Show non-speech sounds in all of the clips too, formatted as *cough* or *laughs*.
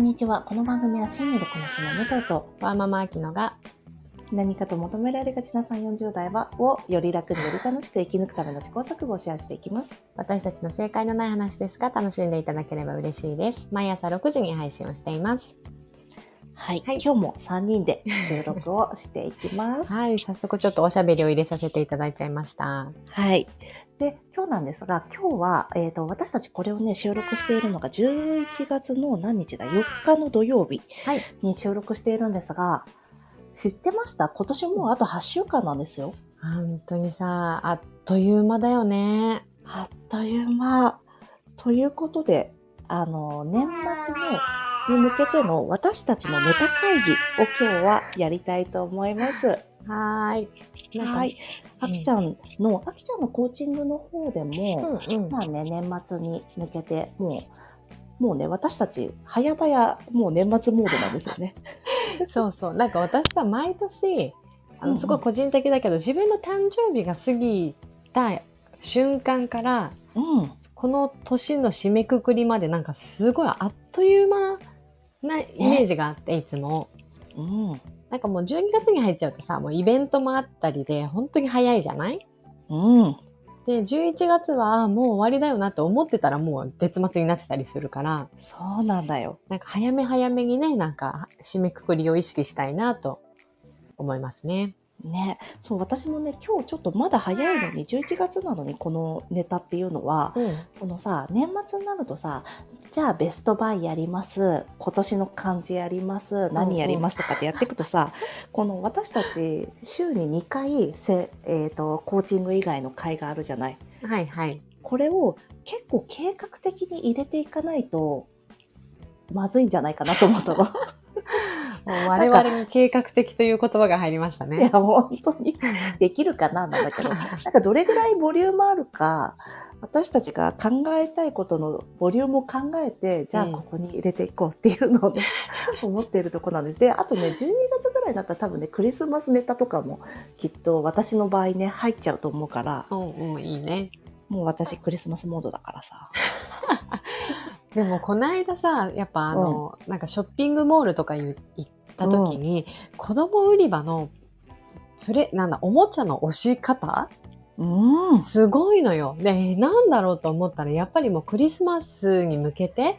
にちは。この番組はシングルこなしの武藤とワーママアキノが何かと求められがちな3、40代はをより楽により楽しく生き抜くための試行錯誤をシェアしていきます。私たちの正解のない話ですが楽しんでいただければ嬉しいです。毎朝6時に配信をしています。はい。はい今日も3人で収録をしていきます。 *laughs* はい、早速ちょっとおしゃべりを入れさせていただいちゃいました。はい。で、今日なんですが、今日は、えっ、と、私たちこれをね、収録しているのが11月の何日だ ?4 日の土曜日はいに収録しているんですが、知ってました今年もうあと8週間なんですよ。本当にさ、あっという間だよね。あっという間。ということで、あの、年末のに向けての私たちのネタ会議を今日はやりたいと思います。はーい。なんかはい。。あきちゃんの、あきちゃんのコーチングの方でも、うんうん。まあね、年末に向けて、もう、もうね、私たち、早々、もう年末モードなんですよね。そうそう。なんか私さ、毎年、あうんうの、んすごい個人的だけど、自分の誕生日が過ぎた瞬間から、うん。この年の締めくくりまでなんかすごいあっという間なイメージがあって、いつも。うん。なんかもう12月に入っちゃうとさ、もうイベントもあったりで、本当に早いじゃないうん。で、11月はあもう終わりだよなって思ってたらもう月末になってたりするから、そうなんだよ。なんか早め早めにね、なんか締めくくりを意識したいなと思いますね。ね、そう私もね今日ちょっとまだ早いのに11月なのにこのネタっていうのはうん。このさ年末になるとさじゃあベストバイやります今年の漢字やります何やりますとかってやっていくとさ、この私たち週に2回せ、えー、とコーチング以外の会があるじゃないはいはい。これを結構計画的に入れていかないとまずいんじゃないかなと思ったの。もう我々に計画的という言葉が入りましたいや *laughs* ね。本当 *laughs* にできるかななんだけどなんかどれぐらいボリュームあるか、私たちが考えたいことのボリュームを考えて、じゃあうんここに入れていこうっていうのをね、思っているところなんです。で、あとね、12月ぐらいになったら多分ね、クリスマスネタとかもきっと私の場合ね、入っちゃうと思うから、うんうん、いいね。もう私クリスマスモードだからさ。でもこの間さやっぱあの、なんかショッピングモールとかいう行った時に、子供売り場のプレなんだおもちゃの押し方うん。すごいのよ。でえーなんだろうと思ったらやっぱりもうクリスマスに向けて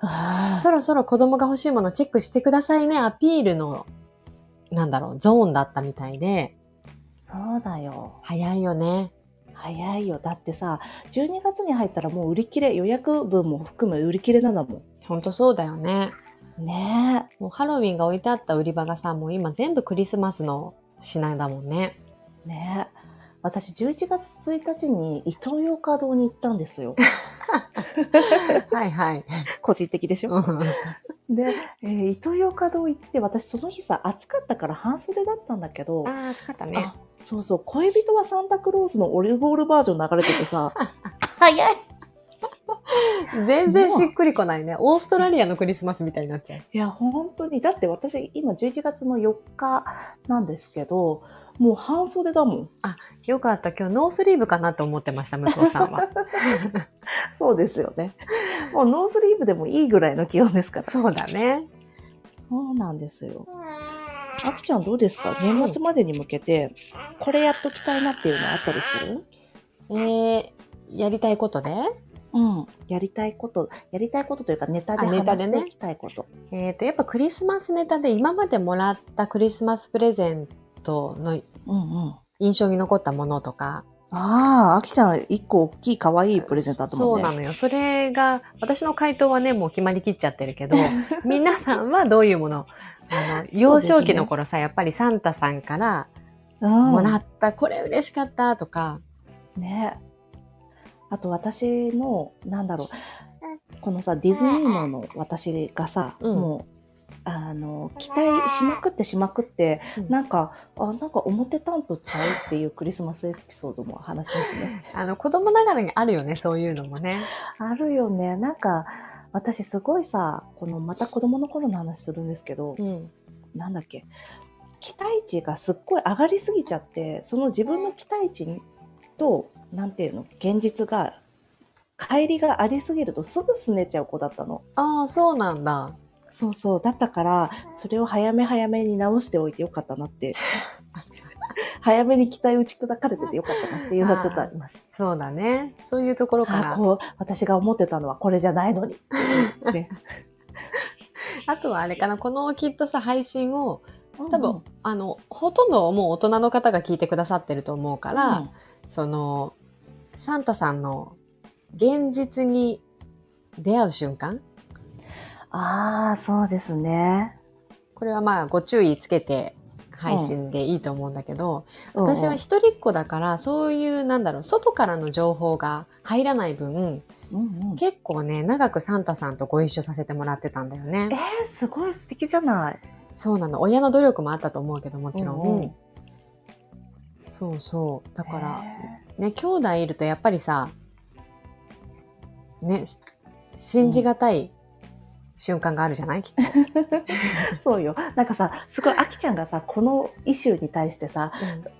あそろそろ子供が欲しいものチェックしてくださいねアピールのなんだろうゾーンだったみたいでそうだよ。早いよね。早いよ。だってさ、12月に入ったらもう売り切れ、予約分も含め売り切れなのもほんとそうだよね。ん。ねもうハロウィンが置いてあった売り場がさもう今全部クリスマスの品だもんね。 *laughs* ね私11月1日にイトーヨーカ堂に行ったんです *laughs* よはいはい。個人的でしょうんで、えー、イトーヨーカ堂行って私その日さ暑かったから半袖だったんだけどああ、暑かったね。あそうそう恋人はサンタクロースのオルゴールバージョン流れてて *laughs* さ早い全然しっくりこないね。オーストラリアのクリスマスみたいになっちゃう。いや本当にだって私今11月の4日なんですけどもう半袖だもんよかった。今日ノースリーブかなと思ってました、武藤さん *laughs* は。そうですよ *laughs* ねもうノースリーブでもいいぐらいの気温ですからそうだね。そうなんですよ。あきちゃんどうですか年末までに向けて、これやっときたいなっていうのあったりするえー、やりたいことで、うん。やりたいこと、やりたいことというかネタであネタ話でしねていきたいこと。えっ、と、やっぱクリスマスネタで今までもらったクリスマスプレゼントのうんうん。印象に残ったものとか。ああ、あきちゃん一個大きい可愛いプレゼントあったもんね。そうなのよ。それが、私の回答はね、もう決まりきっちゃってるけ *laughs* ど、皆さんはどういうものあの、幼少期の頃さ、やっぱりサンタさんから、 *laughs* うん。もらった、これ嬉しかったとか、ね。あと私の、なんだろう、このさ、ディズニーのの私がさ、うんもう、あの、期待しまくってしまくって、うんなんか、あ、なんか表担当ちゃうっていうクリスマスエピソードも話しますね。あの子供ながらにあるよね、そういうのもね。 *laughs* あるよね。なんか、私すごいさ、このまた子供の頃の話するんですけど、ん。なんだっけ、期待値がすっごい上がりすぎちゃって、その自分の期待値にと、なんていうの、現実が、乖離がありすぎるとすぐすねちゃう子だったの。ああ、そうなんだ。そうそう。だったから、それを早め早めに直しておいてよかったな *laughs* って。早めに期待打ち砕かれててよかったなっていうのはちょっとあります。そうだね。そういうところかあら。こう、私が思ってたのはこれじゃないの *laughs* に。ね、あとはあれかな、このきっとさ、配信を、多多分、あの、ほとんどもう大人の方が聞いてくださってると思うから、その、サンタさんの現実に出会う瞬間ああ、そうですね。これはまあ、ご注意つけて配信でいいと思うんだけど、私は一人っ子だから、そういう、なんだろう、外からの情報が入らないう分、んうん、うんうん、結構ね、長くサンタさんとご一緒させてもらってたんだよえね。ー、すごい素敵じゃない。そうなの。親の努力もあったと思うけど、もちろん。うんうんそうそう。だから、へね、兄弟いるとやっぱりさ、ね、し信じがたい瞬間があるじゃないきっと。ーそうよ。なんかさ、すごい、あきちゃんがさ、このイシューに対してさ、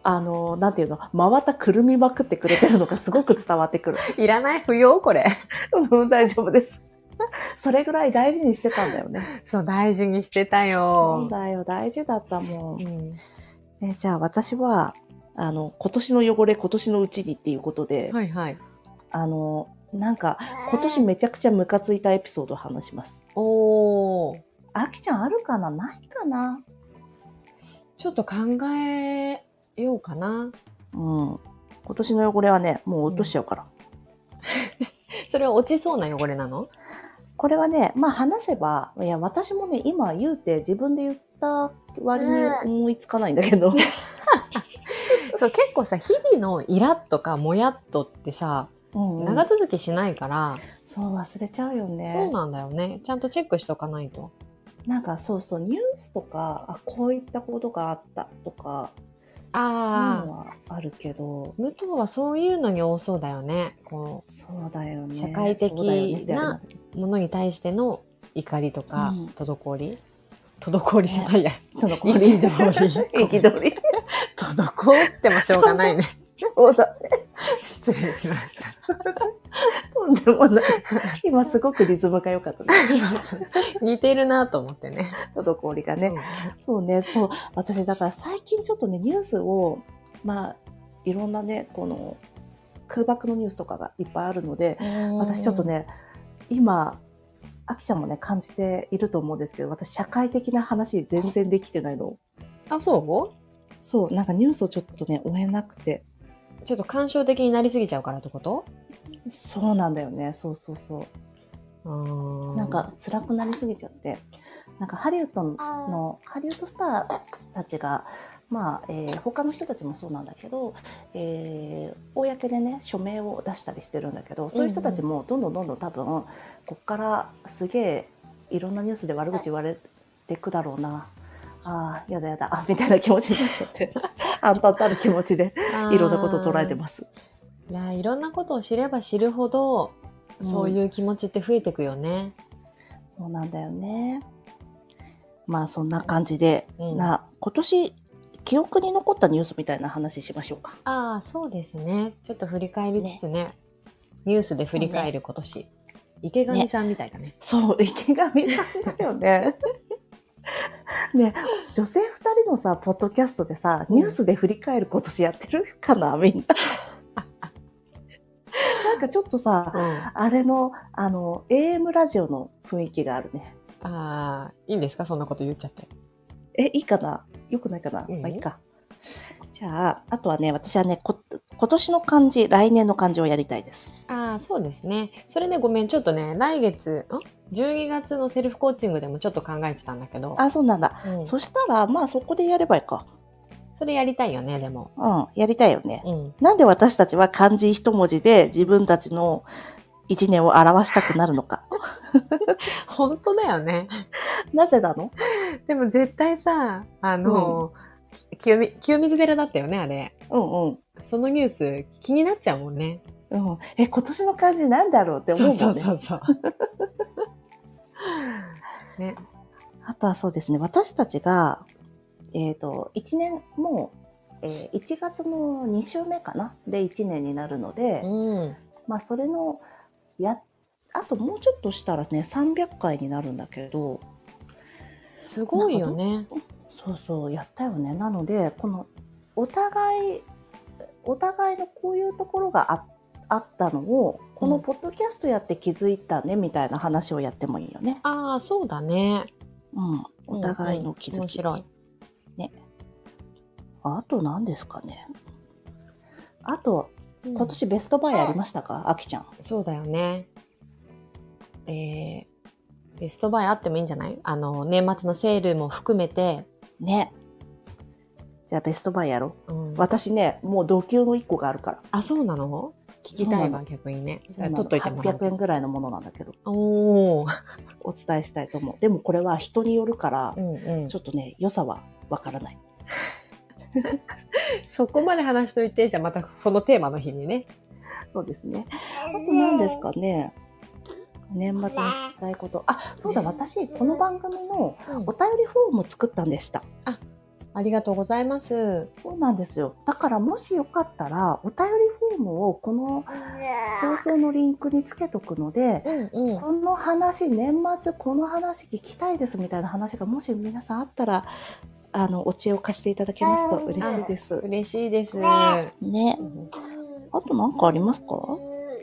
あの、なんていうの、真綿くるみまくってくれてるのがすごく伝わってくる。いらない不要これ。うん、大丈夫です。それぐらい大事にしてたんだよね。そう、大事にしてたそうよ。だよ、大事だったもん。うんね、じゃあ私は、あの、今年の汚れ、今年のうちにっていうことで、はいはい。あの、なんか、今年めちゃくちゃムカついたエピソードを話します。おー。あきちゃんあるかなないかなちょっと考えようかな。うん。今年の汚れはね、もう落としちゃうから。それは落ちそうな汚れなのこれはね、まあ話せば、いや、私もね、今言うて自分で言った割に思いつかないんだけど。そう、結構さ、日々のイラッとかモヤっとってさ、うんうん長続きしないから、そう、忘れちゃうよね。そうなんだよね。ちゃんとチェックしとかないと。なんかそうそうニュースとかあこういったことがあったとかそういうあのはあるけどあ、武藤はそういうのに多そうだよね。こそうだよね社会的なそうだよねってあれう、ものに対しての怒りとかうん、滞り、滞りじゃないや。その憤り憤 *laughs* 憤 *laughs* り滞ってもしょうがな *laughs* いね。そうだ失礼しました。とんでも *laughs* ない今すごくリズムが良かった *laughs* ね似てるなと思ってね。滞りがねうんそうねそう私だから最近ちょっとねニュースをまあいろんなねこの空爆のニュースとかがいっぱいあるので私ちょっと。ね今あきちゃんもね感じていると思うんですけど私社会的な話全然できてないのあ、そうそうなんかニュースをちょっとね追えなくてちょっと感傷的になりすぎちゃうからってことそうなんだよねそうそうそううーなん、か辛くなりすぎちゃってなんかハリウッドのハリウッドスターたちがまあ、えー他の人たちもそうなんだけど、えー公でね署名を出したりしてるんだけどそういう人たちもどんどんどんどん多分こっからすげえいろんなニュースで悪口言われてくだろうなあーやだやだあみたいな気持ちになっちゃ *laughs* ってあんたたる気持ちでいろんなことを捉えてす。ます。いや、いろんなことを知れば知るほど、そういう気持ちって増えてくよね。そうなんだよね。まあそんな感じで、うんな今年記憶に残ったニュースみたいな話しましょうか。ああ、そうですね。ちょっと振り返りつつね、ニュースで振り返る今年。池上さんみたいだね。そう池上さんだよ *laughs* ね。ね女性2人のさポッドキャストでさニュースで振り返る今年やってるかなみんな。なんかちょっとさああれのあの AM ラジオの雰囲気があるね。あー、いいんですかそんなこと言っちゃって。え、いいかなよくないかな、うんまあいいか。じゃあ、あとはね、私はね、こ今年の漢字、来年の漢字をやりたいです。ああ、そうですね。それね、ごめん。ちょっとね、来月、ん ?12 月のセルフコーチングでもちょっと考えてたんだけど。あ、そうなんだ。うんそしたら、まあそこでやればいいか。それやりたいよね、でも。うん、やりたいよね。うん。なんで私たちは漢字一文字で自分たちの一年を表したくなるの *laughs* か。本当だよね。なぜなのでも絶対さ、あの、き清み清水寺だったよね、あれ。うんうん。そのニュース気になっちゃうもんね。うん、え、今年の漢字なんだろうって思うもんね。うそう。ね。あとはそうですね、私たちが、えっ、と、一年、もう、えー、1月の2週目かなで1年になるので、うん。まあ、それのやあともうちょっとしたらね300回になるんだけどすごいよね。そうそうやったよねなのでこのお互いお互いのこういうところがああったのをこのポッドキャストやって気づいたねみたいな話をやってもいいよね。ああ、そうだね。うん、お互いの気づき、うん面白い。あと何ですかねあとうん今年ベストバイありましたか、あきちゃん。そうだよね。えー、ベストバイあってもいいんじゃないあの、年末のセールも含めて、ね。じゃあベストバイやろう。うん、私ね、もう同級の1個があるから。あ、そうなの聞きたいわ、逆にね。取っといてもら800円う。ぐらいのものなんだけど、おー。お伝えしたいと思う。でもこれは人によるからう、んうんちょ。っとね、良さはわからない。そこまで話しといて、じゃあまたそのテーマの日にね。そうですね。あと何ですかね。年末に聞きたいこと。あ、そうだ、私、この番組のうんお便りフォーム作ったんでした。ありがとうございます。そうなんですよ。だからもしよかったら、お便りフォームをこの放送のリンクにつけとくので、うんうん。この話、年末この話聞きたいですみたいな話がもし皆さんあったら、あの、お知恵を貸していただけますと嬉しいです。嬉しいです。ね。あと何かありますか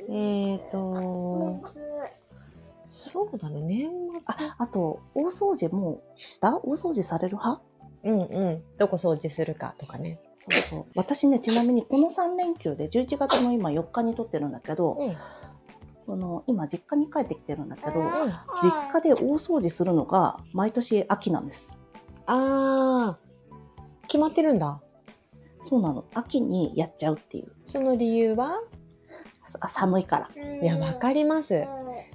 えーと、そうだね、年あ、あと、大掃除もした大掃除される派末。うんうん。どこ掃除するかとかね。そうそう。私ね、ちなみにこの3連休で、11月の今4日に撮ってるんだけど、うん。その、今実家に帰ってきてるんだけど、あ実家で大掃除するのが毎年秋なんです。あー、決まってるんだ。そうなの。秋にやっちゃうっていう。その理由はさ寒いから。いや、わかります。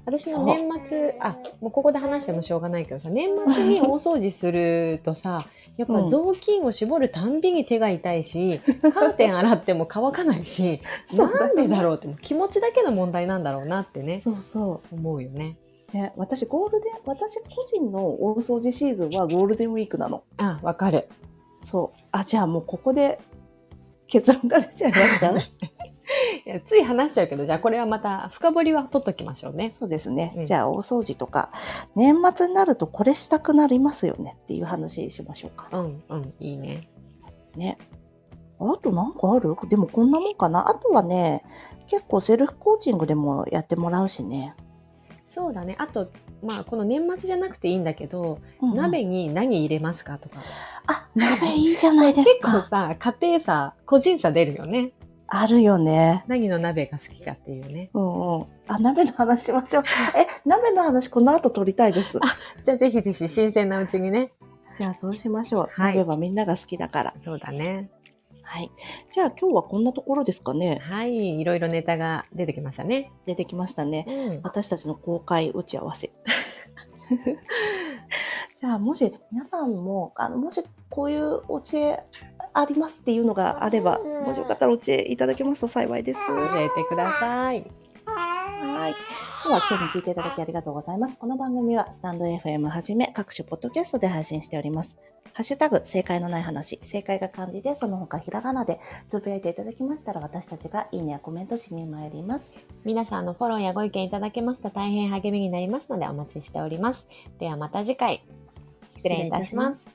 私そもう年末、あ、もうここで話してもしょうがないけどさ、年末に大掃除するとさ、やっぱうん雑巾を絞るたんびに手が痛 *laughs* いし、寒天洗っても乾かないし、そうなんでだろうって、もう気持ちだけの問題なんだろうなってね、そうそ思うよね。う。ね、私ゴールデン、私個人の大掃除シーズンはゴールデンウィークなの。あ、わかる。そう。あ、じゃあもうここで結論が出ちゃいました。いやつい話しちゃうけど、じゃあこれはまた深掘りは取っときましょうね。 *laughs* そうですね。うんじゃあ大掃除とか、年末になるとこれしたくなりますよねっていう話しましょうか。うん、うん、いいね。ね。あとなんかあるでもこんなもんかな。あとはね、結構セルフコーチングでもやってもらうしね。そうだね。あと、まあ、この年末じゃなくていいんだけど、うんうん鍋に何入れますかとか。あ、鍋いいじゃないで結す構か。さ、家庭差、個人差出るよね。あるよね。何の鍋が好きかっていうね。うんうん。あ、鍋の話しましょう。え、鍋の話この後取りたいです。じゃあぜひぜひ新鮮なうちにね。じゃあそうしましょう。はい鍋はみんなが好きだから。そうだね。はい。じゃあ今日はこんなところですかね。はい。いろいろネタが出てきましたね。出てきましたね。うん。私たちの公開打ち合 *laughs* わせ。じゃあもし皆さんも、あの、もしこういうお知恵ありますっていうのがあれば、もしよかったらお知恵いただけますと幸いです。教えてください。はい。では、今日も聞いていただきありがとうございます。この番組は、スタンド FM はじめ、各種ポッドキャストで配信しております。ハッシュタグ、正解のない話、正解が漢字で、その他ひらがなで、つぶやいていただきましたら、私たちがいいねやコメントしに参ります。皆さんのフォローやご意見いただけますと大変励みになりますのでお待ちしております。ではまた次回。失礼いたします。